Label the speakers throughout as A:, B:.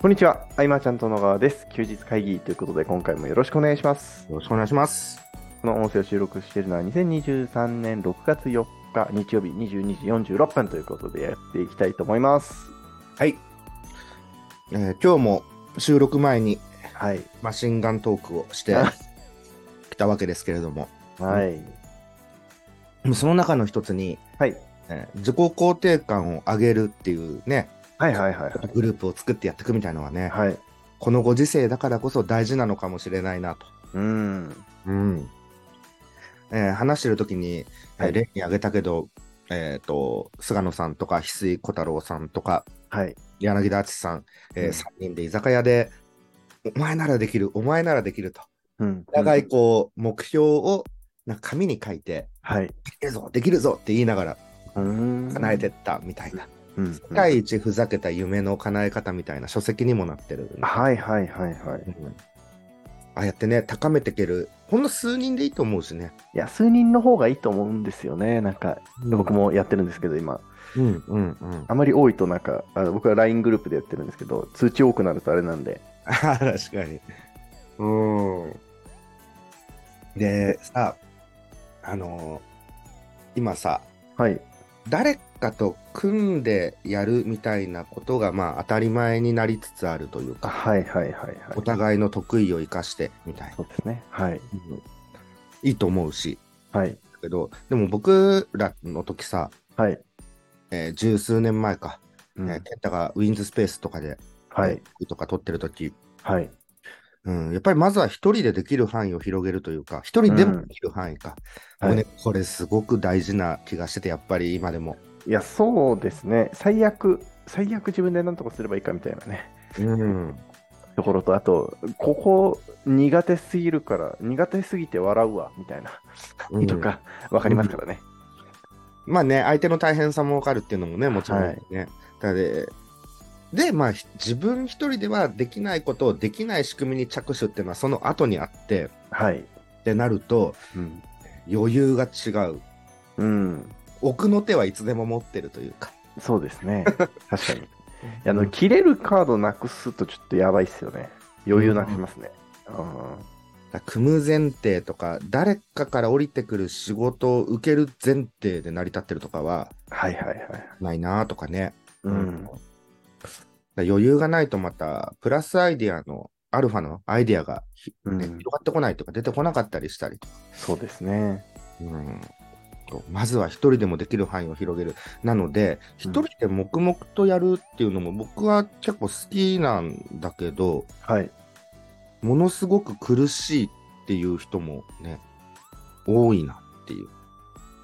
A: こんにちは、あいまちゃんと野川です。休日会議ということで、今回もよろしくお願いします。
B: よろしくお願いします。
A: この音声を収録しているのは2023年6月4日日曜日22時46分ということでやっていきたいと思います。
B: はい。えー今日も収録前に
A: はい。
B: マシンガントークをしてきたわけですけれども、
A: はい。
B: その中の一つに、
A: はい。
B: えー自己肯定感を上げるっていうね、
A: はいはいはいはい。
B: グループを作ってやっていくみたいのはね、
A: はい。う
B: このご時世だからこそ大事なのかもしれないなと。
A: ーん。
B: うん。えー話してる時に、えー
A: はい
B: 例に挙げたけど、えっ、と、菅野さんとか、翡翠小太郎さんとか、
A: はい。
B: 柳田敦さん、えー
A: うん
B: 3人で居酒屋で、お前ならできる、お前ならできると。
A: うん。
B: お互いこう、目標をなんか紙に書いて、
A: はい。
B: できるぞ、できるぞって言いながら
A: うーん。
B: 叶えてったみたいな。
A: うん。うん。
B: 世界一ふざけた夢の叶え方みたいな書籍にもなってる。
A: はいはいはいはい。
B: うんああやってね、高めていける。ほんの数人でいいと思うしね。
A: いや、数人の方がいいと思うんですよね。なんか、僕
B: も。
A: もやってるんですけど、今。
B: うんうんうん。
A: あまり多いとなんか、あの僕は LINE グループでやってるんですけど、通知多くなるとあれなんで。
B: 確かに。うん。で、さ、あのー今さ、
A: はい。
B: 誰かと組んでやるみたいなことが、まあ、当たり前になりつつあるという
A: あ
B: か、
A: はいはいはいはい。
B: お互いの得意を生かしてみたいな、
A: そうですね。はい。
B: うんいいと思うし、
A: はい。
B: だけど、でも僕らの時さ、
A: はい。
B: えー十数年前か、
A: う
B: え
A: ん
B: ーケンタがウィンズスペースとかで、
A: はい。
B: とか撮ってる時、
A: はい。
B: うん、やっぱりまずは一人でできる範囲を広げるというか、一人でもできる範囲か、
A: うん
B: もうねこれすごく大事な気がしてて、やっぱり今でも。
A: いや、そうですね。最悪、最悪自分で何とかすればいいかみたいなね。
B: うん、
A: ところと、あと、ここ苦手すぎるから、苦手すぎて笑うわ、みたいな。
B: うん
A: とか、わかりますからね。
B: まあね、相手の大変さもわかるっていうのもね、もちろんね。だで、で、まあ、ひ自分一人ではできないことをできない仕組みに着手っていうのはその後にあって、
A: はい。
B: ってなると、
A: うん。
B: 余裕が違う。
A: うん。
B: 奥の手はいつでも持ってるというか。
A: そうですね。確かに。いやあ
B: う
A: の、
B: ん
A: 切れるカードなくすとちょっとやばいっすよね。余裕なくしますね。うん
B: だ組む前提とか、誰かから降りてくる仕事を受ける前提で成り立ってるとかは
A: はいはいはい。
B: ないなとかね。
A: う
B: だ
A: ん
B: か。ら余裕がないとまた、プラスアイディアの、アルファのアイディアがひ、ね
A: うん
B: 広がってこないとか出てこなかったりしたりとか
A: そうですね。
B: うん、まずは一人でもできる範囲を広げる。なので、
A: うん
B: 一人で黙々とやるっていうのも僕は結構好きなんだけど、
A: はい。
B: ものすごく苦しいっていう人もね、多いなっていう。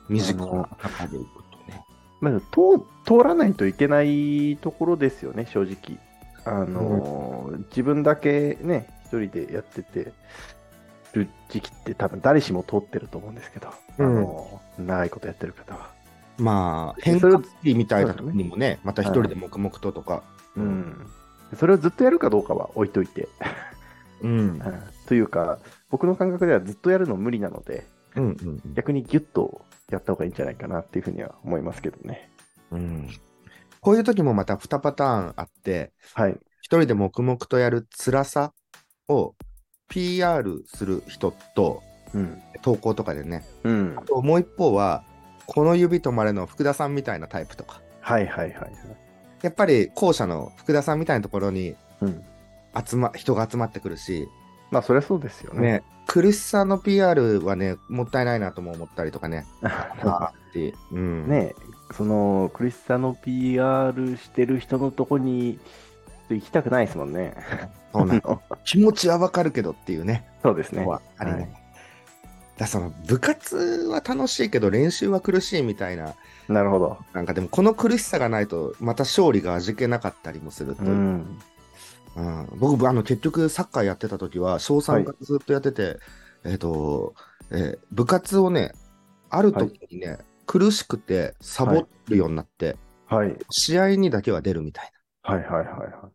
B: 身近な中でいくとね。
A: まず通通らないといけないところですよね、正直。あのー自分だけね、一人でやっててる時期って多分誰しも通ってると思うんですけど、
B: うん
A: あのー長いことやってる方は。
B: まあ、
A: それ
B: 変化期みたいなのにもね、また一人で黙々ととか。
A: うん。それをずっとやるかどうかは置いといて。
B: うん。
A: うんというか、僕の感覚ではずっとやるの無理なので、
B: うんうんうん
A: 逆にギュッとやった方がいいんじゃないかなっていうふうには思いますけどね。
B: うん。こういう時もまた2パターンあって、
A: はい。
B: 一人で黙々とやる辛さを PR する人と
A: うん。
B: 投稿とかでね
A: うん。
B: あともう一方はこの指止まれの福田さんみたいなタイプとか
A: はいはいはいはい。
B: やっぱり後者の福田さんみたいなところに
A: うん。
B: 集、ま、人が集まってくるし、
A: まあ、そりゃそうですよね。
B: ね、苦しさの PR はねもったいないなとも思ったりとかね。 あーっていううん
A: ねその苦しさの PR してる人のとこに行きたくないですもんね。
B: そうなの
A: そ
B: 気持ちはわかるけどっていうね
A: うですね
B: の。はありね、だからその部活は楽しいけど練習は苦しいみたいな
A: なるほど。
B: なんかでもこの苦しさがないとまた勝利が味気なかったりもするというう、うん
A: ん。
B: 僕あの結局サッカーやってた時は小3からずっとやってて、えっ、と、えー部活をねある時にね、苦しくてサボるようになって、
A: はい。
B: 試合にだけは出るみたいな
A: はいはいはいは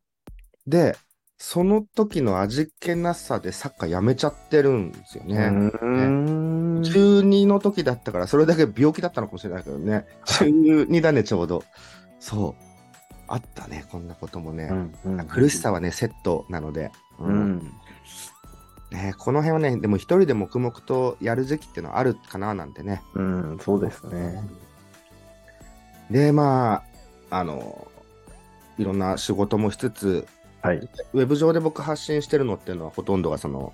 B: でその時の味気なさでサッカーやめちゃってるんですよ
A: い。
B: ね、
A: うーん。
B: 12の時だったからそれだけ病気だったのかもしれないけどね12だねちょうどそうあったね、こんなこともね。
A: うんうん
B: 苦しさはね、セットなので。
A: う、ん。
B: ね、この辺はね、でも一人で黙々とやる時期ってのはあるかななんてね。
A: うん、そうですね。
B: で、まあ、あの、いろんな仕事もしつつ、
A: はい。
B: ウェブ上で僕発信してるのっていうのはほとんどがその、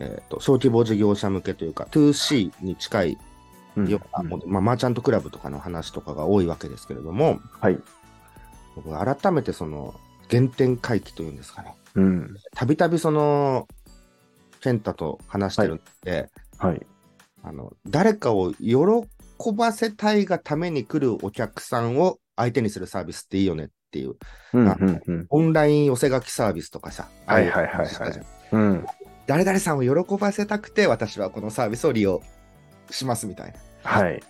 B: えー、と小規模事業者向けというか 2C に近い
A: うん
B: ようなもの、まあ、マーチャントクラブとかの話とかが多いわけですけれども
A: はい。
B: 僕改めてその原点回帰というんですかね
A: うん。
B: たびたびその健太と話してるんで、
A: はい。
B: あの誰かを喜ばせたいがために来るお客さんを相手にするサービスっていいよねっていう
A: うんうんうん。
B: オンライン寄せ書きサービスとかさ
A: はいはいはいはい
B: ああうのしたじゃん
A: うん。
B: 誰々さんを喜ばせたくて私はこのサービスを利用しますみたい
A: はい。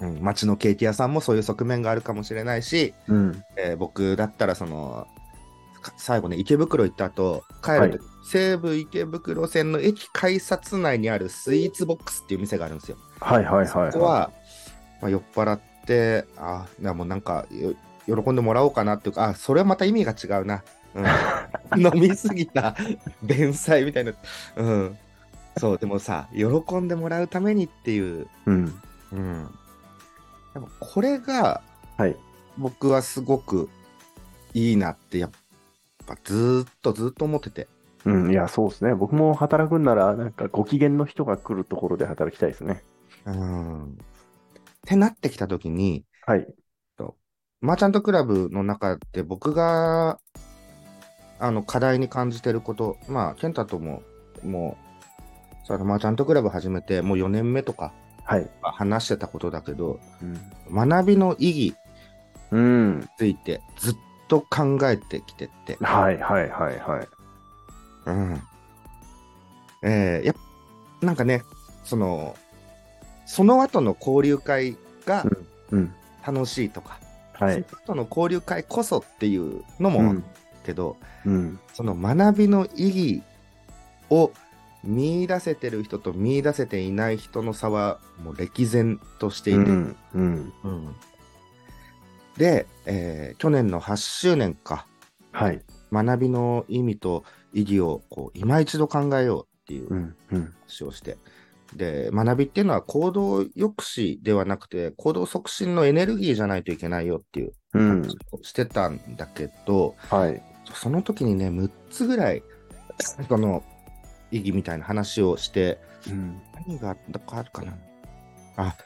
B: な、うん、街のケーキ屋さんもそういう側面があるかもしれないし、
A: うん。
B: えー僕だったらそのか最後ね池袋行った後帰ると、西武池袋線の駅改札内にあるスイーツボックスっていう店があるんですよ。
A: はいはいはいはい。
B: そこは、まあ、酔っ払ってあいやもうなんかよ喜んでもらおうかなっていうかあそれはまた意味が違うな、うん 飲みすぎた 弁才みたいな、うん、そうでもさ喜んでもらうためにっていう、
A: うん。
B: うん、でもこれが
A: はい。
B: 僕はすごくいいなってやっぱずーっとずーっと思ってて
A: うん、いや、そうですね。僕も働くんなら、なんかご機嫌の人が来るところで働きたいですね。
B: うんってなってきた時に
A: はい。
B: マーチャントクラブの中で僕があの課題に感じてること、まあ、健太とも、もう、そのマーチャントクラブ始めてもう4年目とか
A: はい。
B: まあ話してたことだけど、
A: うん。
B: 学びの意義に
A: うん。
B: ついてずっと考えてきてって、
A: はいはいはいはい。
B: うん。えー、やっぱなんかね、その、その後の交流会が
A: うん。
B: 楽しいとか、
A: はい。
B: その後の交流会こそっていうのもあるけど、
A: うん。
B: その学びの意義を見出せてる人と見出せていない人の差はもう歴然としていて、
A: うん。うん。
B: うんで、えー去年の8周年か
A: はい。
B: 学びの意味と意義をこう今一度考えようっていう
A: うん。うん。
B: 話をして、で学びっていうのは行動抑止ではなくて行動促進のエネルギーじゃないといけないよっていう
A: うん
B: 話。をしてたんだけど、
A: はい。
B: その時にね、6つぐらい、その意義みたいな話をして、
A: うん。
B: 何があるかな。あ、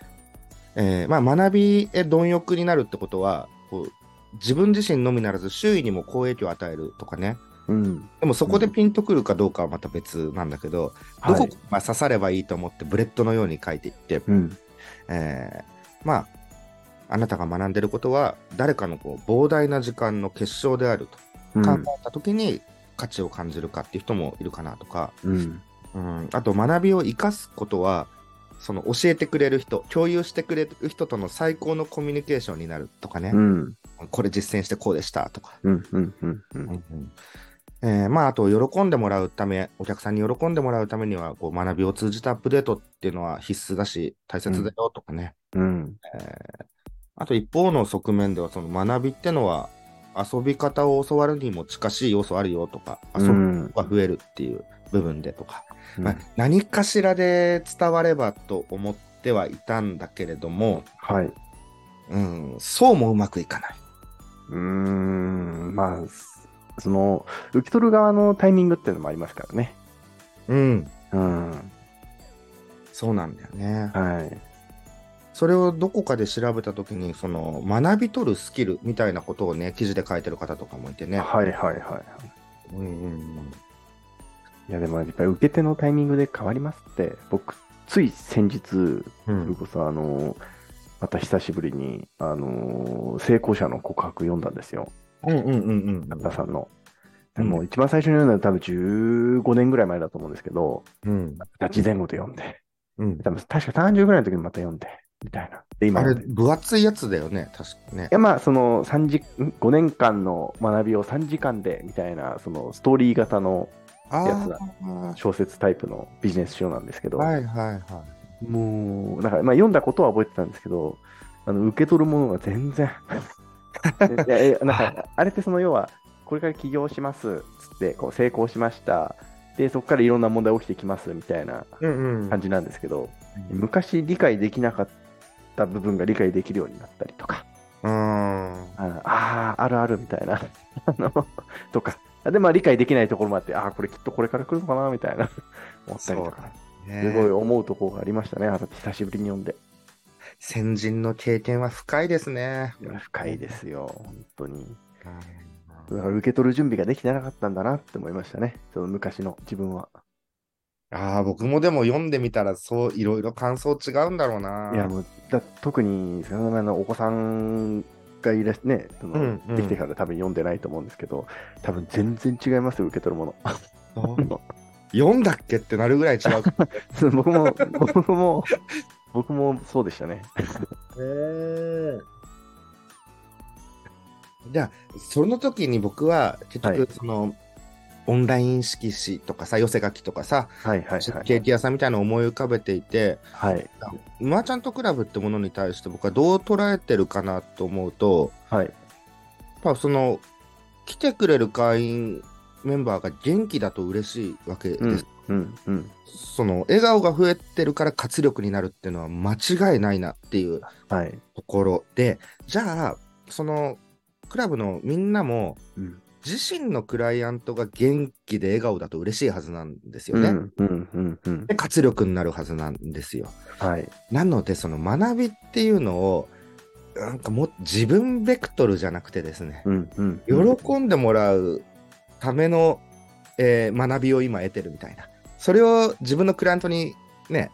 B: えーまあ、学びへ貪欲になるってことは、こう自分自身のみならず周囲にも好影響を与えるとかね。
A: うん。
B: でもそこでピンとくるかどうかはまた別なんだけど、ど
A: は
B: こ
A: い
B: か。が刺さればいいと思ってブレッドのように書いていって、
A: うん。
B: えーまあ、あなたが学んでることは誰かのこう膨大な時間の結晶であると。
A: うん
B: 考えた時に価値を感じるかっていう人もいるかなとか、
A: うん。
B: うん、あと学びを生かすことはその教えてくれる人共有してくれる人との最高のコミュニケーションになるとかね
A: う、ん。
B: これ実践してこうでしたとか、
A: うん。うん。うん。うん
B: えーまあ、あと喜んでもらうためお客さんに喜んでもらうためにはこう学びを通じたアップデートっていうのは必須だし大切だよとかね、
A: うん。
B: あと一方の側面ではその学びってのは遊び方を教わるにも近しい要素あるよとか遊び
A: うん
B: が増えるっていう部分でとか、まあ、何かしらで伝わればと思ってはいたんだけれども、
A: はい。
B: うん、そうもうまくいかないう
A: ーん。まあ、その、受け取る側のタイミングっていうのもありますからね。
B: うん
A: うん。
B: そうなんだよね
A: はい。
B: それをどこかで調べた時にその学び取るスキルみたいなことをね記事で書いてる方とかもいてね、
A: はいはいはいはい。
B: うんうんうん、
A: いやでもやっぱり受け手のタイミングで変わりますって、僕、つい先日、
B: う
A: それ
B: ん
A: こそあの、また久しぶりに、あの、成功者の告白読んだんですよ、
B: うんうんうん
A: 中田さんの。
B: う
A: で
B: ん
A: もう一番最初に読んだのは多分15年ぐらい前だと思うんですけど、
B: うん
A: 二十歳前後で読んで、
B: うん
A: 多分確か30ぐらいの時にまた読んで、みたいな。で、今
B: あれ
A: 読んで。い
B: 分厚いやつだよね確かね
A: やまあ、その3時5年間の学びを3時間でみたいな、そのストーリー型の
B: あ
A: やつだ
B: あ
A: 小説タイプのビジネス書なんですけど、
B: はいはいは
A: もう、だから、まあ、読んだことは覚えてたんですけど、あの受け取るものが全然
B: い
A: いやえなんかあれってその要はこれから起業しますっつってこう成功しましたでそこからいろんな問題起きてきますみたいな
B: うんうん
A: 感じなんですけど、昔理解できなかった部分が理解できるようになったりとか
B: うん
A: あのあーあるあるみたいなあのとかでまあ理解できないところもあってああこれきっとこれから来るのかなみたいな思ったりとか、
B: ね
A: すごい思うところがありましたねあの久しぶりに読んで
B: 先人の経験は深いですね。
A: いや深いですよ本当に
B: うん
A: だから受け取る準備ができてなかったんだなって思いましたねその昔の自分は
B: ああ、僕もでも読んでみたら、そう、いろいろ感想違うんだろうな。
A: いやもうだ特にその前のお子さんがいらっしねその、
B: うんうん
A: できてから多分読んでないと思うんですけど多分全然違いますよ受け取るもの
B: そう読んだっけってなるぐらい違うか
A: そう 僕も僕も僕もそうでしたね
B: らね。じゃあ、その時に僕は、結
A: はい
B: 局、その、オンライン色紙とかさ、寄せ書きとかさ、
A: はいはいはい
B: ケーキ屋さんみたいなのを思い浮かべていて、
A: はい
B: マーチャントクラブってものに対して僕はどう捉えてるかなと思うと、
A: はい
B: まあ、その来てくれる会員メンバーが元気だと嬉しいわけです、
A: うんうんうん
B: その笑顔が増えてるから活力になるっていうのは間違いないなっていう
A: はい
B: ところでじゃあそのクラブのみんなも
A: うん
B: 自身のクライアントが元気で笑顔だと嬉しいはずなんですよ
A: うんう
B: ね、
A: んうんうん
B: で活力になるはずなんですよ
A: はい
B: なのでその学びっていうのをなんかもう自分ベクトルじゃなくてですね、
A: うんうんうん
B: 喜んでもらうための、えー学びを今得てるみたいなそれを自分のクライアントにね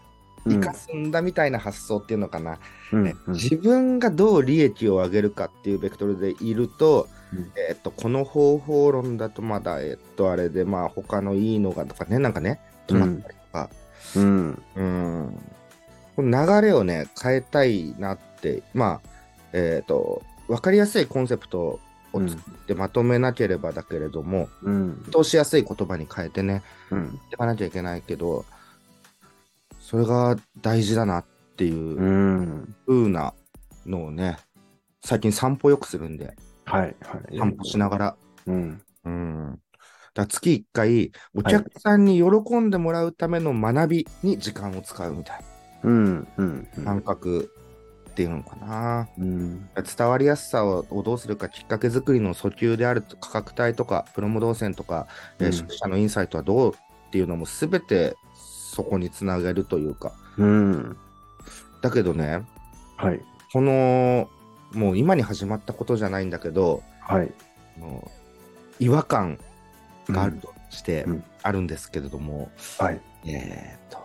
B: 生かすんだみたいな発想っていうのかな、
A: うん
B: ね
A: うん
B: 自分がどう利益を上げるかっていうベクトルでいると,、
A: うん
B: えーっとこの方法論だとまだえーっとあれでまあ他のいいのがとかねなんかね止まったりとか、
A: うん
B: うん、この流れをね変えたいなってまあえっ、と分かりやすいコンセプトを作ってまとめなければだけれども、
A: うん
B: 通しやすい言葉に変えてね
A: うん
B: いかなきゃいけないけどそれが大事だなっていう
A: うん
B: 風なのをね最近散歩よくするんで
A: はいはい
B: 散歩しながら。
A: うん
B: うんだから月1回お客さんに喜んでもらうための学びに時間を使うみたいな。
A: うんうんうん
B: 感覚っていうのかな。
A: うん
B: 伝わりやすさをどうするかきっかけ作りの訴求であると価格帯とかプロモ動線とか、えー
A: うん
B: 消費者のインサイトはどうっていうのも全てそこにつなげるというか
A: うん
B: だけどね
A: はい
B: このもう今に始まったことじゃないんだけど
A: はい
B: もう違和感があるとして、
A: うんうん
B: あるんですけれども、
A: はい
B: えーっと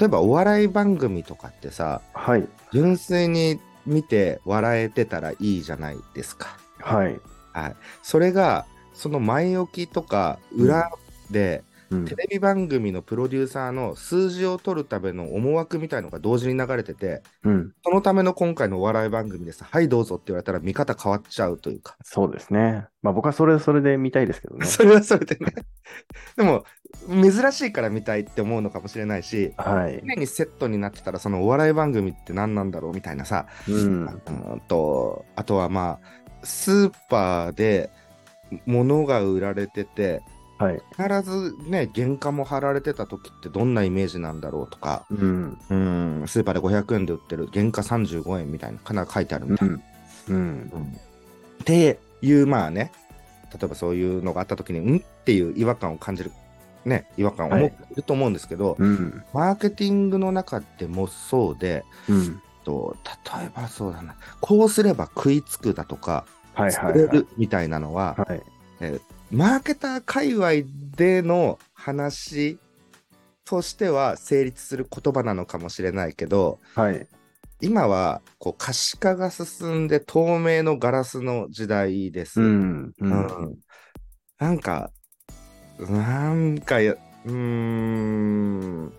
B: 例えばお笑い番組とかってさ
A: はい
B: 純粋に見て笑えてたらいいじゃないですか。
A: はい
B: はい、それがその前置きとか裏で、
A: うん
B: テレビ番組のプロデューサーの数字を取るための思惑みたいのが同時に流れてて
A: うん
B: そのための今回のお笑い番組です「はいどうぞ」って言われたら見方変わっちゃうというか、
A: そうですねまあ僕はそれはそれで見たいですけどね
B: それはそれでねでも珍しいから見たいって思うのかもしれないし
A: はい
B: 常にセットになってたらそのお笑い番組って何なんだろうみたいなさ
A: うん
B: うーんとあとはまあスーパーで物が売られてて
A: はい
B: 必ずね原価も貼られてた時ってどんなイメージなんだろうとか
A: うん
B: うーんスーパーで500円で売ってる原価35円みたいなかな書いてあるみたいな。
A: うん
B: うんっていうまあね例えばそういうのがあった時にうんっていう違和感を感じるね違和感を持っていると思うんですけど、
A: うん
B: マーケティングの中でもそうで、
A: うん
B: と例えばそうだなこうすれば食いつくだとか
A: はいは
B: 作
A: い
B: れ
A: はい
B: るみたいなのは、
A: はい
B: マーケター界隈での話としては成立する言葉なのかもしれないけど
A: はい
B: 今はこう可視化が進んで透明のガラスの時代です。
A: うんう
B: うんんなんかなんかやうーん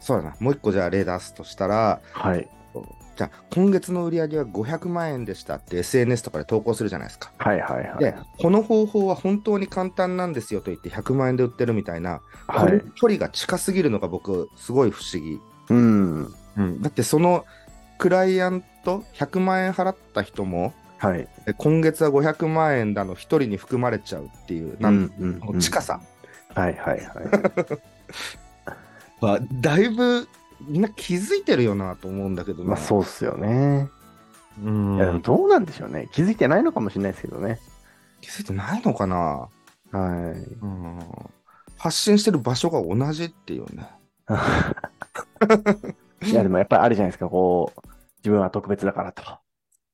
B: そうだなもう一個じゃあ例出すとしたら
A: はい
B: じゃあ今月の売り上げは500万円でしたって SNS とかで投稿するじゃないですか。
A: はいはいは
B: で
A: い、
B: この方法は本当に簡単なんですよと言って100万円で売ってるみたいな、こ
A: は
B: れ
A: い
B: 距離が近すぎるのが僕、すごい不思議。
A: うん
B: だってそのクライアント100万円払った人も、
A: はい。
B: え今月は500万円だの、一人に含まれちゃうっていう、な
A: うんんうん
B: こ
A: う
B: の
A: ん
B: 近さ
A: はいはいは
B: は、だいぶみんな気づいてるよなと思うんだけど
A: い。
B: ね。
A: まあそうっすよね。
B: うん
A: いやでもどうなんでしょうね。気づいてないのかもしれないですけどね。
B: 気づいてないのかな、
A: はい。
B: うん、発信してる場所が同じっていうね。
A: いやでもやっぱりあるじゃないですか。こう、自分は特別だからと。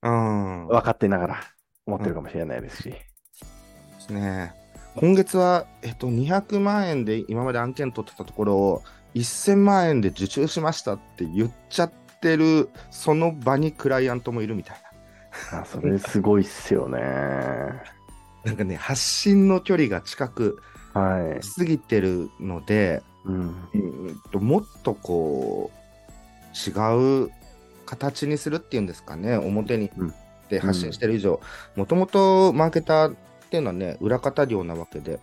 B: うん。
A: 分かってながら思ってるかもしれないですし。
B: ですね。今月は、えっと、200万円で今まで案件取ってたところを1000万円で受注しましたって言っちゃってるその場にクライアントもいるみたい
A: あそれすごいっすよね。
B: ななんかね発信の距離が近く
A: はい。
B: 過ぎてるので、
A: うん。
B: うんともっとこう違う形にするっていうんですかね表に
A: うん
B: で発信してる以上もともとマーケターっていうのはね裏方業なわけで、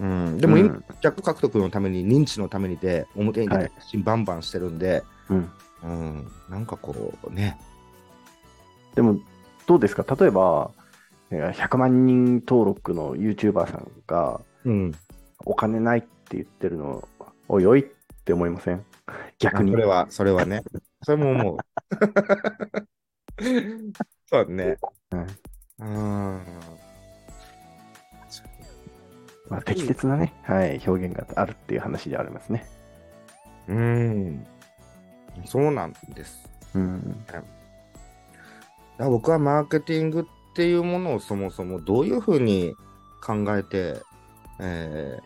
B: うん、でも今、
A: うん
B: 顧客獲得のために認知のためにで表に出て発信バンバンしてるんで、
A: うん
B: うん、なんかこうね
A: でも、どうですか例えば、100万人登録の YouTuber さんが、
B: うん、
A: お金ないって言ってるの、おいおいって思いません逆
B: あ
A: に
B: そ。れはそれはねそれも思う そうね
A: うん
B: うん
A: まあ、適切なね、はい、表現があるっていう話ではありますね。
B: うんそうなんです
A: うん。
B: だから僕はマーケティングっていうものをそもそもどういうふうに考えて、え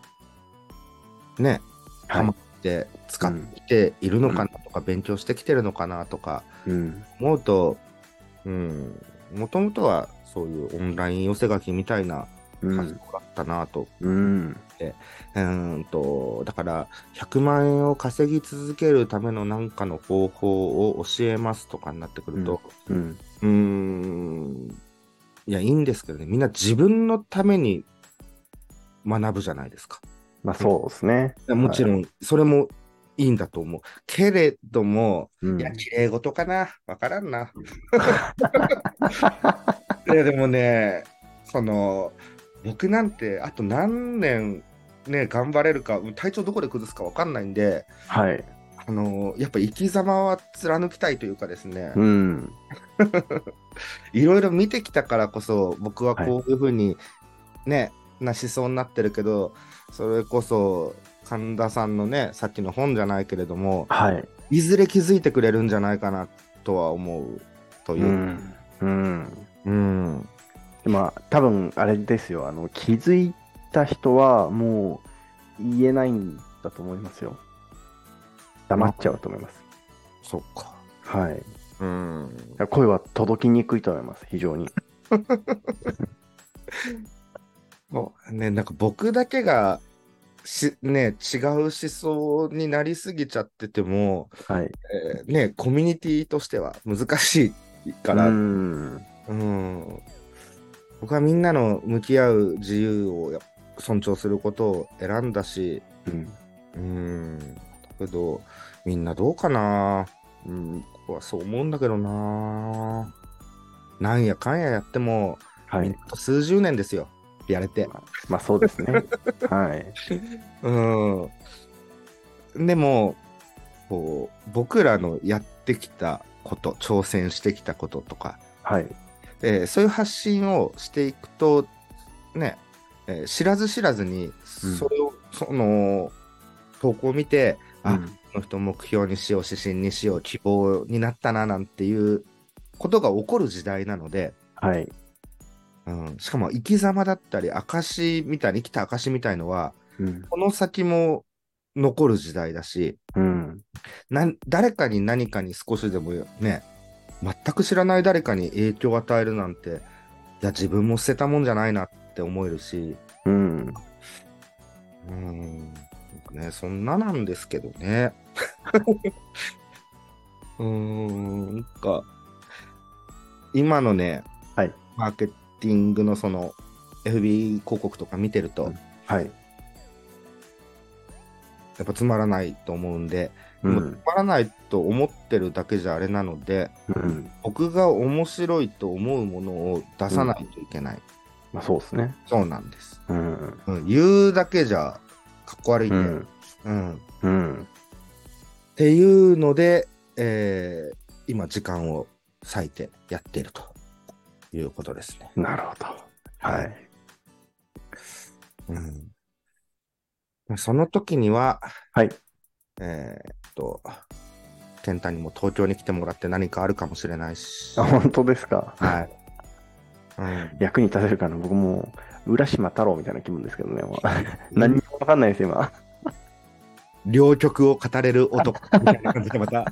B: ーね、
A: は
B: ハマ
A: い。
B: って使ってきているのかなとか、勉強してきてるのかなとか
A: うん。
B: 思うと、うん、もともとはそういうオンライン寄せ書きみたいな
A: う
B: 感想
A: ん。
B: だったなと。
A: うん。
B: うーんと、だから、100万円を稼ぎ続けるための何かの方法を教えますとかになってくると、
A: うん。
B: うーんいや、いいんですけどね、みんな自分のために学ぶじゃないですか。
A: まあ、そうですね。
B: もちろん、それもいいんだと思う。けれども、
A: うん。
B: いや、綺麗事かな、わからんな。
A: はい
B: や、でもね、その、僕なんて、あと何年、ね、頑張れるか、体調どこで崩すかわかんないんで、
A: い。
B: あのやっぱ生き様は貫きたいというかですね、
A: うん。
B: いろいろ見てきたからこそ僕はこういうふうにね、な思想になってるけどそれこそ神田さんのねさっきの本じゃないけれども
A: はい。
B: いずれ気づいてくれるんじゃないかなとは思うというう。
A: ん。うん。
B: うん
A: まあ、多分あれですよ。あの、気づいた人は、もう、言えないんだと思いますよ。黙っちゃうと思います。
B: そっか。
A: はい。
B: うん。
A: 声は届きにくいと思います、非常に。
B: そうね、なんか僕だけがし、ね、違う思想になりすぎちゃってても、
A: はい。
B: えーね、コミュニティとしては難しいから、
A: うん。
B: うん、僕はみんなの向き合う自由をや尊重することを選んだし、
A: うん
B: うん、だけど、みんなどうかな、うん、僕はそう思うんだけどな。なんやかんややっても、
A: は
B: みん
A: い。
B: なと数十年ですよ、やれて。
A: まあ、そうですね。 はい。
B: うん、でもこう、僕らのやってきたこと、挑戦してきたこととか、
A: はい。
B: えーそういう発信をしていくとね、えー知らず知らずにそれを、その投稿を見て、
A: う
B: あ
A: ん
B: この人を目標にしよう指針にしよう希望になったななんていうことが起こる時代なので、
A: はい。
B: うん、しかも生き様だったり証みたいに生きた証みたいのは
A: うん。
B: この先も残る時代だし
A: うん。
B: なん誰かに何かに少しでもね全く知らない誰かに影響を与えるなんていや自分も捨てたもんじゃないなって思えるし
A: うん。
B: うーんなんかねそんななんですけどね うーんなんか今のね、
A: はい
B: マーケティングのその FB 広告とか見てると、
A: うんはい。
B: やっぱつまらないと思うんで、
A: う
B: でもつ
A: ん。
B: まらないと思ってるだけじゃあれなので、
A: うん。
B: 僕が面白いと思うものを出さないといけない。
A: まあそうですね。
B: そうなんです、
A: うん。
B: うん。言うだけじゃかっこ悪いね。
A: う
B: うん
A: ん。うん。
B: っていうので、えー今時間を割いてやっているということですね。
A: なるほど。はい。
B: うん、その時には、
A: はい。
B: えーっと、健太にも東京に来てもらって何かあるかもしれないし。
A: あ、本当ですか。
B: はい。うん、
A: 役に立てるかな。僕も、浦島太郎みたいな気分ですけどね。もう 何にもわかんないです、今。
B: 両極を語れる 男みたいな感じでまた。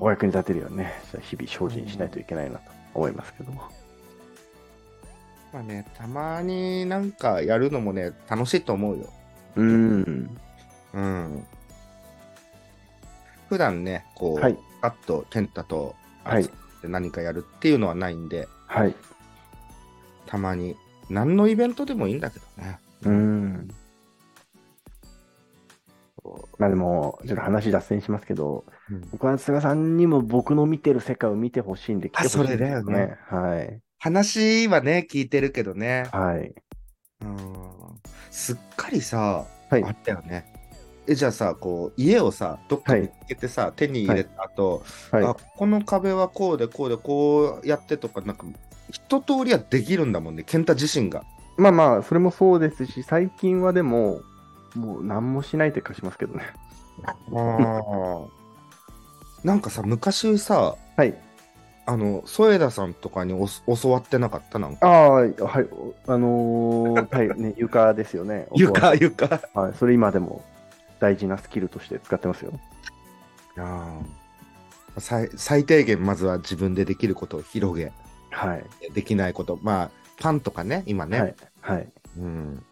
A: お役に立てるようにね、じゃあ日々精進しないといけないなと思いますけども。
B: まあね、たまになんかやるのもね、楽しいと思うよ。
A: うん。
B: うん。普段ね、こう、
A: はい。
B: パッと健太と
A: はい
B: 集まって何かやるっていうのはないんで、
A: はい。
B: たまに何のイベントでもいいんだけどね。
A: うん。まあでも、ちょっと話脱線しますけど、
B: うん
A: 僕は菅さんにも僕の見てる世界を見てほしいんで、来てほしいんです
B: あそれだよね。
A: はい。
B: 話はね、聞いてるけどね。
A: はい。
B: うん。すっかりさ、
A: はい
B: あったよね。え、じゃあさ、こう、家をさ、どっかにつけてさ、手に入れた後、あ
A: は、
B: この壁はこうでこうでこうやってとか、なんか、一通りはできるんだもんね、健太自身が。
A: い。まあまあ、それもそうですし、最近はでも、もう何もしないというかしますけどね。
B: あ なんかさ、昔さ、
A: はい。
B: あの、添田さんとかにおす教わってなかったなんか。
A: ああ、はい。おあのー、 はい、ね、床ですよね。
B: 床、床。
A: はい。それ今でも大事なスキルとして使ってますよ。
B: 最最低限、まずは自分でできることを広げ、
A: はい。
B: できないこと、まあ、パンとかね、今ね。
A: はい。はい。
B: うん。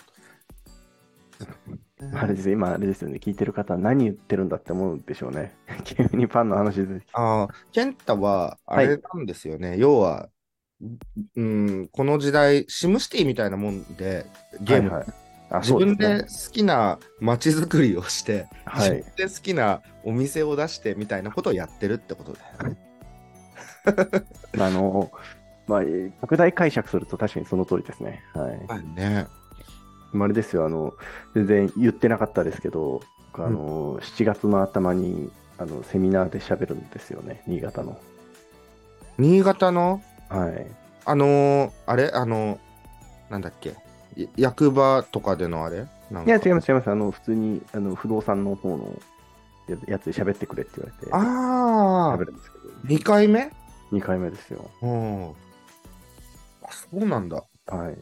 A: あれですよ今あれですよね、聞いてる方は何言ってるんだって思うんでしょうね。 急にパンの話出てきて。
B: ああ、健太は、あ
A: はい
B: れなんですよね、要は、うん、この時代、シムシティみたいなもんで、ゲーム、
A: はいはいあ
B: 自分
A: そう
B: で好
A: すね
B: きな街づくりをして、
A: は
B: 自
A: い。
B: 分で好きなお店を出してみたいなことをやってるってことだよね。
A: あの、まあ、えー拡大解釈すると確かにその通りですね。はい。
B: まあね。
A: まああれですよ、あの、全然言ってなかったですけど、僕あの、7月の頭に、あの、セミナーで喋るんですよね、新潟の。
B: 新潟の、
A: はい。
B: あのー、あれあのー、なんだっけや役場とかでのあれなん
A: い
B: か
A: や、違います、違います。あの、普通に、あの、不動産の方のややつで喋ってくれって言われて、
B: あ
A: 喋
B: あ、
A: るんですけど、
B: 2回目
A: 2回目ですよ。
B: うん。あ、そうなんだ。
A: はい。
B: い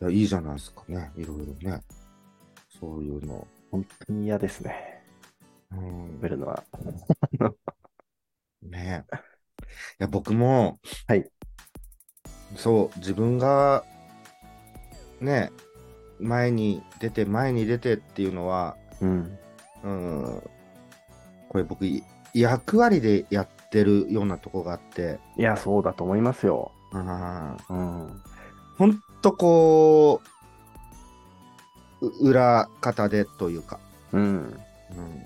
B: や、いいじゃないですかね。いろいろね。そういうの。
A: 本当に嫌ですね。
B: うん
A: 食べるのは。
B: ねえ。いや、僕も、
A: はい。
B: そう、自分が、ねえ、前に出て、前に出てっていうのは、
A: うん。
B: うん、これ僕、い役割でやってるようなとこがあって、
A: いや、そうだと思いますよ。
B: あー
A: うん。
B: ほんとこう、う裏方でというか、
A: うん。
B: うん、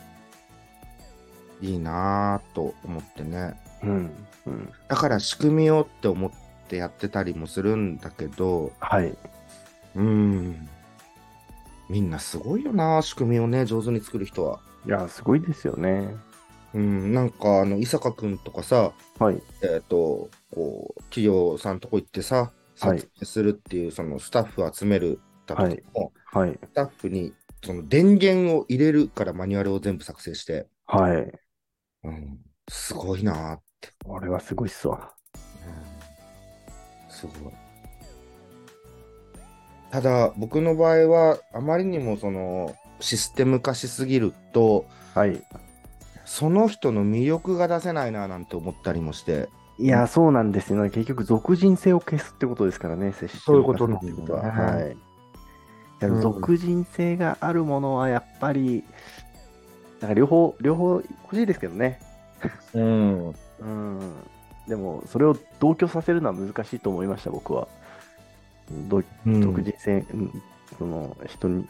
B: いいなぁと思ってね。
A: うん。うん。
B: だから仕組みをって思ってやってたりもするんだけど、
A: はい。
B: うん。みんなすごいよな、仕組みをね、上手に作る人は。
A: いや、すごいですよね。
B: うん、なんか、あの、伊坂くんとかさ、
A: はい。
B: えっ、と、こう、企業さんとこ行ってさ、撮
A: はい
B: 影するっていう、そのスタッフ集めるだとかも、
A: はい。
B: スタッフに、その電源を入れるからマニュアルを全部作成して、
A: はい。
B: うん、すごいなぁって。
A: これはすごいっすわ。
B: うんすごい。ただ、僕の場合は、あまりにもその、システム化しすぎると、
A: はい。
B: その人の魅力が出せないななんて思ったりもして。
A: いや、そうなんですよね。結局、俗人性を消すってことですからね、接して
B: そういうことなん
A: っ
B: だ
A: て
B: よね
A: ことは。はい。いや、
B: うん
A: 俗人性があるものは、やっぱり、なんか両方、両方欲しいですけどね。
B: うん。
A: うん。でも、それを同居させるのは難しいと思いました、僕は。同
B: うん
A: 独自性、うんその人に、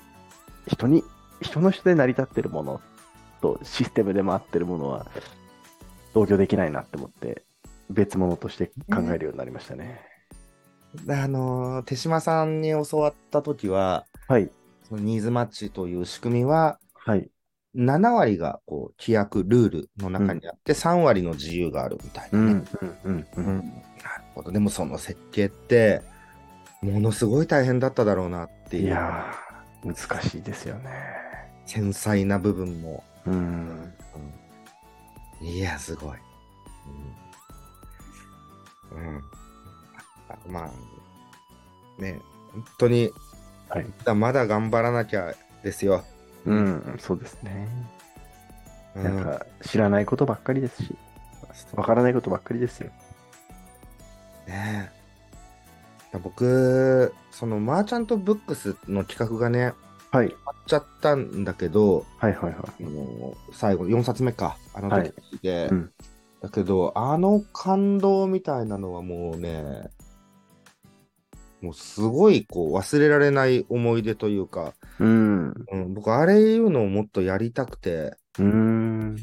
A: 人に、人の人で成り立ってるものとシステムで回ってるものは同居できないなって思って、別物として考えるようになりましたね。
B: あのー手島さんに教わった時は、
A: はい、
B: そのニーズマッチという仕組みは、
A: はい、
B: 7割がこう規約、ルールの中にあって、3割の自由があるみたいな
A: う
B: ね。
A: ん、うん、うん、う
B: うん
A: ん。
B: なるほど。でもその設計って、ものすごい大変だっただろうなって
A: い
B: いう、
A: やー、難しいですよね。
B: 繊細な部分も。
A: うん。
B: うんいや、すごい。うん。うんあまあ、ね、本当に、
A: はい
B: まだまだ頑張らなきゃですよ。
A: うん、そうですね。
B: う
A: なんか、知らないことばっかりですし、わからないことばっかりですよ。
B: ねえ僕、その、マーチャントブックスの企画がね、
A: はい、
B: 終わっちゃったんだけど、
A: はい、はい、はい。
B: あの最後4冊目かあの
A: はい
B: 時で、
A: うん
B: だけどあの感動みたいなのはもうねもうすごいこう忘れられない思い出というか、
A: うん、
B: うん、僕あれいうのをもっとやりたくて
A: うん、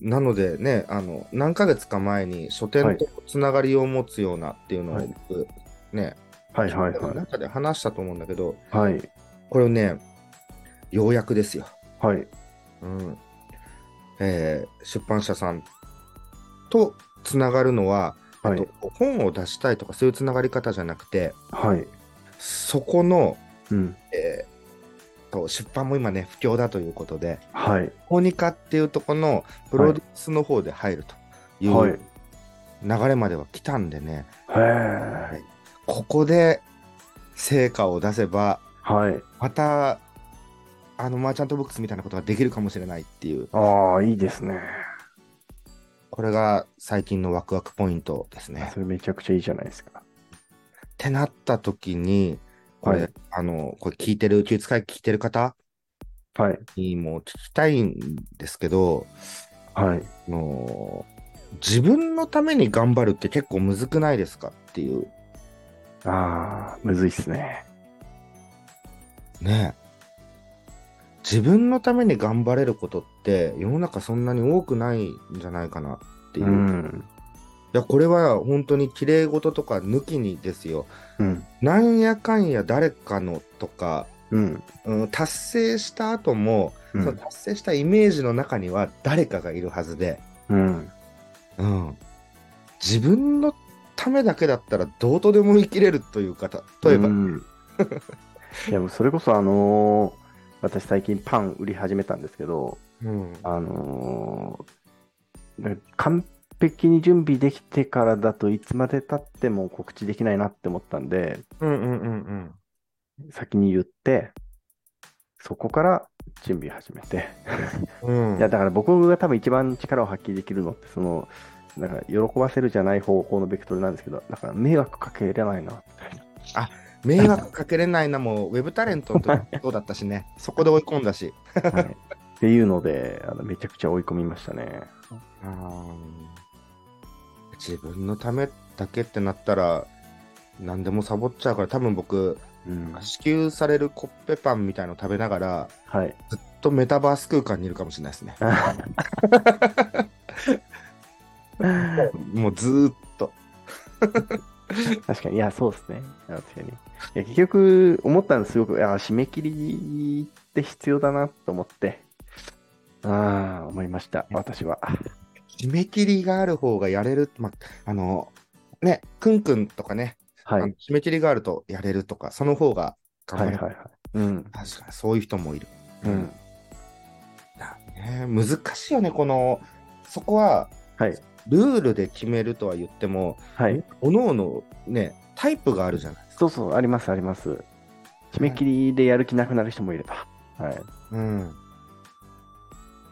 B: なのでねあの何ヶ月か前に書店とつながりを持つようなっていうの
A: は
B: を
A: い
B: 僕、ね、
A: はい、はい、は
B: 中で話したと思うんだけど
A: い。はい、
B: これをねようやくですよ
A: はい、
B: うんえー出版社さんとつながるのは、
A: はい
B: えっと、本を出したいとかそういうつながり方じゃなくて
A: はい。
B: そこの、
A: うん、
B: えーと出版も今ね不況だということで
A: はい、
B: コニカっていうとこのプロデュースの方で入るとい
A: はい。
B: う流れまでは来たんでね、
A: へー
B: ここで成果を出せば
A: はい。
B: またあのマーチャントブックスみたいなことができるかもしれないっていう
A: ああ、いいですね。
B: これが最近のワクワクポイントですね。
A: それめちゃくちゃいいじゃないですか。
B: ってなった時に、これ、
A: はい
B: あの、これ聞いてる、宇宙使い聞いてる方
A: はい。
B: にも聞きたいんですけど、
A: はい。
B: あの自分のために頑張るって結構むずくないですかっていう。
A: ああ、むずいっすね。
B: ねえ自分のために頑張れることって世の中そんなに多くないんじゃないかなっていう。
A: う
B: い
A: ん。
B: や、これは本当に綺麗事とか抜きにですよ。
A: うん。
B: なんやかんや誰かのとか、
A: うん。
B: うん、達成した後も、
A: う
B: その
A: ん。
B: 達成したイメージの中には誰かがいるはずで、
A: うん。
B: うん、自分のためだけだったらどうとでも生きれるというかた例えば、
A: うん、いや、もうそれこそあのー私最近パン売り始めたんですけど、
B: うん
A: あのーね完璧に準備できてからだといつまで経っても告知できないなって思ったんで、
B: うんうんうん
A: 先に言って、そこから準備始めて。
B: うん
A: いやだから僕が多分一番力を発揮できるのってそのなんか喜ばせるじゃない方向のベクトルなんですけどなんか迷惑かけれないな
B: 迷惑かけれないなもうウェブタレント の時もそうだったしねそこで追い込んだし
A: みたいな、はい、っていうのであのめちゃくちゃ追い込みましたね
B: 自分のためだけってなったら何でもサボっちゃうから多分僕
A: うん
B: 支給されるコッペパンみたいの食べながら
A: はい
B: ずっとメタバース空間にいるかもしれないで すねもうずーっと。
A: 確かにいやそうですね確かにいや結局思ったんですすごくいや締め切りって必要だなと思ってああ思いました私は
B: 締め切りがある方がやれる、まあ、あの、ね、くんくんとかね、
A: はい
B: あ
A: は
B: の
A: い
B: 締め切りがあるとやれるとか、その方が頑
A: は
B: 張れ
A: い
B: る。
A: はいうん
B: 確かに、そういう人もいる。
A: うん
B: だね、難しいよね、この、そこは、
A: はい
B: ルールで決めるとは言っても、
A: はい
B: おのおのね、タイプがあるじゃない。
A: そうそう、あります、あります。締め切りでやる気なくなる人もいれば、はい、
B: うん。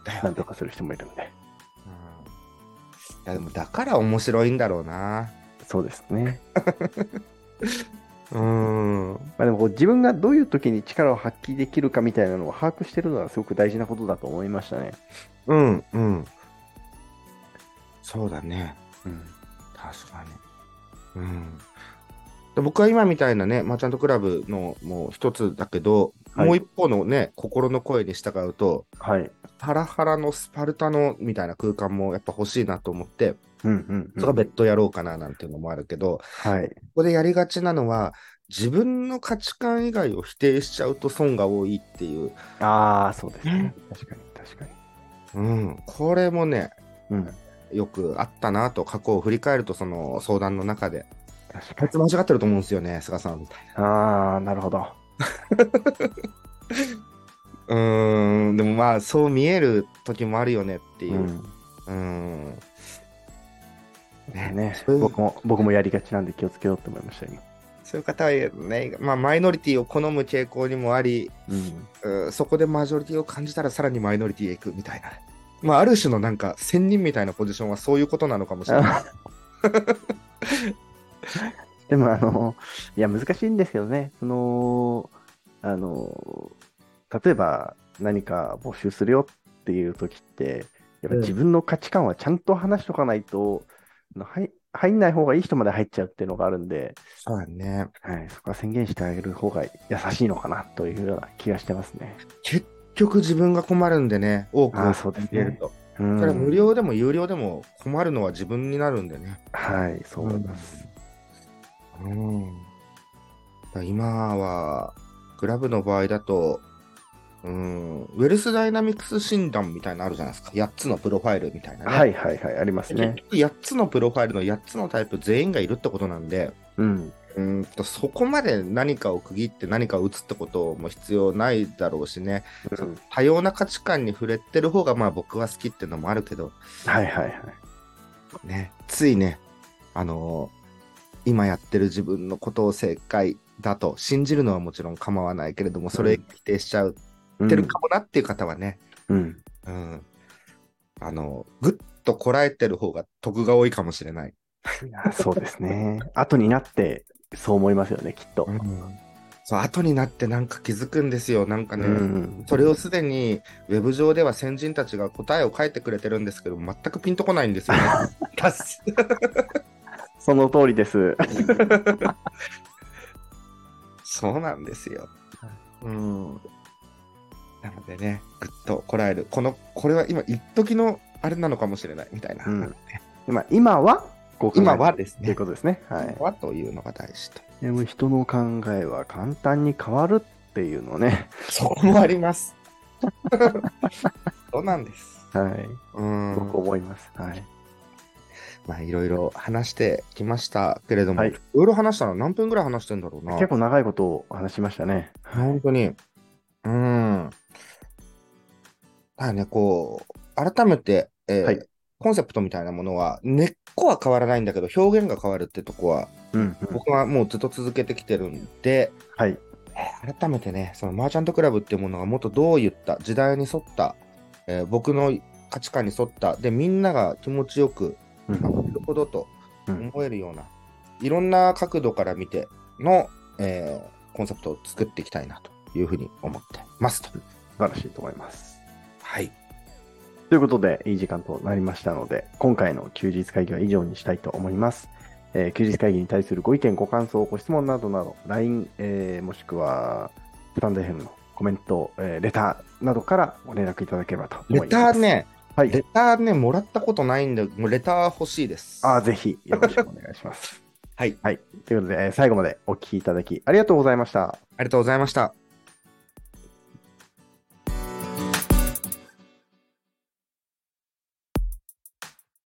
B: だよ
A: な
B: ね
A: んとかする人もいるんで、
B: うんいやでもだから面白いんだろうな。
A: そうですね。
B: うん。
A: まあ、でもこう、自分がどういう時に力を発揮できるかみたいなのを把握してるのは、すごく大事なことだと思いましたね。
B: うんうん。そうだね。
A: うん、
B: 確かに。うん。で僕は今みたいなね、マーチャントクラブのもう一つだけど、
A: はい
B: もう一方のね、心の声に従うと、
A: はい。
B: ハラハラのスパルタのみたいな空間もやっぱ欲しいなと思って、
A: うんうん、う
B: そ
A: ん。
B: れは別途やろうかななんていうのもあるけど、
A: はい。
B: ここでやりがちなのは、自分の価値観以外を否定しちゃうと損が多いっていう、
A: ああ、そうですね
B: ね。
A: 確かに、確かに。
B: うん、これもね、
A: うん。
B: よくあったなと、過去を振り返ると、その相談の中で、
A: 確
B: あいつ間違ってると思うんですよね、菅さんみたい
A: に。
B: な。
A: ああ、なるほど。
B: うーん、でもまあ、そう見える時もあるよねっていうう。
A: ん。
B: うん、ね
A: ね
B: そういう
A: 僕も、僕もやりがちなんで気をつけようと思いました、今。
B: そういう方はね、まあ、マイノリティを好む傾向にもあり、
A: うん。
B: うんそこでマジョリティを感じたらさらにマイノリティへ行くみたいな。まあ、ある種のなんか、仙人みたいなポジションはそういうことなのかもしれない。
A: でも、あの、いや、難しいんですよね。その、あの、例えば何か募集するよっていう時って、やっぱ
B: うん
A: 自分の価値観はちゃんと話しとかないと、あのはい入んない方がいい人まで入っちゃうっていうのがあるんで、
B: そうだね。
A: はい、そこは宣言してあげる方が優しいのかなというような気がしてますね。
B: 結局自分が困るんでね、多く
A: あーそうですね
B: 入れると。
A: う
B: そ
A: ん
B: れは無料でも有料でも困るのは自分になるんでね。
A: はい、そう思います。
B: うん。だから今は、グラブの場合だと、うん、ウェルスダイナミクス診断みたいなのあるじゃないですか。8つのプロファイルみたいなね。
A: はいはいはい、ありますね
B: 結。局8つのプロファイルの8つのタイプ全員がいるってことなんで、
A: うん。
B: うーんとそこまで何かを区切って何かを打つってことも必要ないだろうしね、
A: うん
B: 多様な価値観に触れてる方がまあ僕は好きってのもあるけど、
A: はいはいはい。
B: ね、ついね、あのー今やってる自分のことを正解だと信じるのはもちろん構わないけれども、それ否定しちゃうってるかもなっていう方はね、
A: うん。
B: うん、あのぐっとこらえてる方が得が多いかもしれない。
A: いやそうですね。後になって、そう思いますよね、きっと。
B: そう後になってなんか気づくんですよなんかね、
A: うん
B: それをすでにウェブ上では先人たちが答えを書いてくれてるんですけど全くピンとこないんですよ ね
A: その通りです。
B: そうなんですよ、うんなのでねぐっとこらえるこのこれは今一時のあれなのかもしれないみたいな、
A: うん今今はこう考えて
B: 今はです
A: という
B: ね
A: ことですね。はい
B: 今、はというのが大事と
A: でも人の考えは簡単に変わるっていうのね。
B: そこもあります そうなんです
A: はい。
B: うん
A: 僕思います。はい。
B: まあ、いろいろ話してきましたけれども、
A: はい
B: い、ろいろ話したの何分ぐらい話してんだろうな。
A: 結構長いことを話しましたね。
B: 本当に。うん。だよね、こう、改めて、えー
A: はい
B: コンセプトみたいなものは、根っこは変わらないんだけど、表現が変わるってとこは、
A: うん、うん。
B: 僕はもうずっと続けてきてるんで、
A: はい。
B: えー改めてね、そのマーチャントクラブっていうものがもっとどういった、時代に沿った、えー僕の価値観に沿った、で、みんなが気持ちよく
A: うん
B: なるほどと
A: うん
B: 思えるような、いろんな角度から見ての、えーコンセプトを作っていきたいなというふうに思ってますと。
A: 素晴らしいと思います。
B: はい。
A: ということで、いい時間となりましたので、今回の休日会議は以上にしたいと思います。えー休日会議に対するご意見、ご感想、ご質問などなど、LINE、えーもしくは、スタンド FM のコメント、えーレターなどからご連絡いただければと思い
B: レ
A: ます。
B: ター。ね、
A: は
B: レ
A: い。
B: ターね、もらったことないんで、もうレター欲しいです。
A: あーぜひ、よろしくお願いします。
B: はい。
A: はい。ということで、えー最後までお聞きいただき、ありがとうございました。
B: ありがとうございました。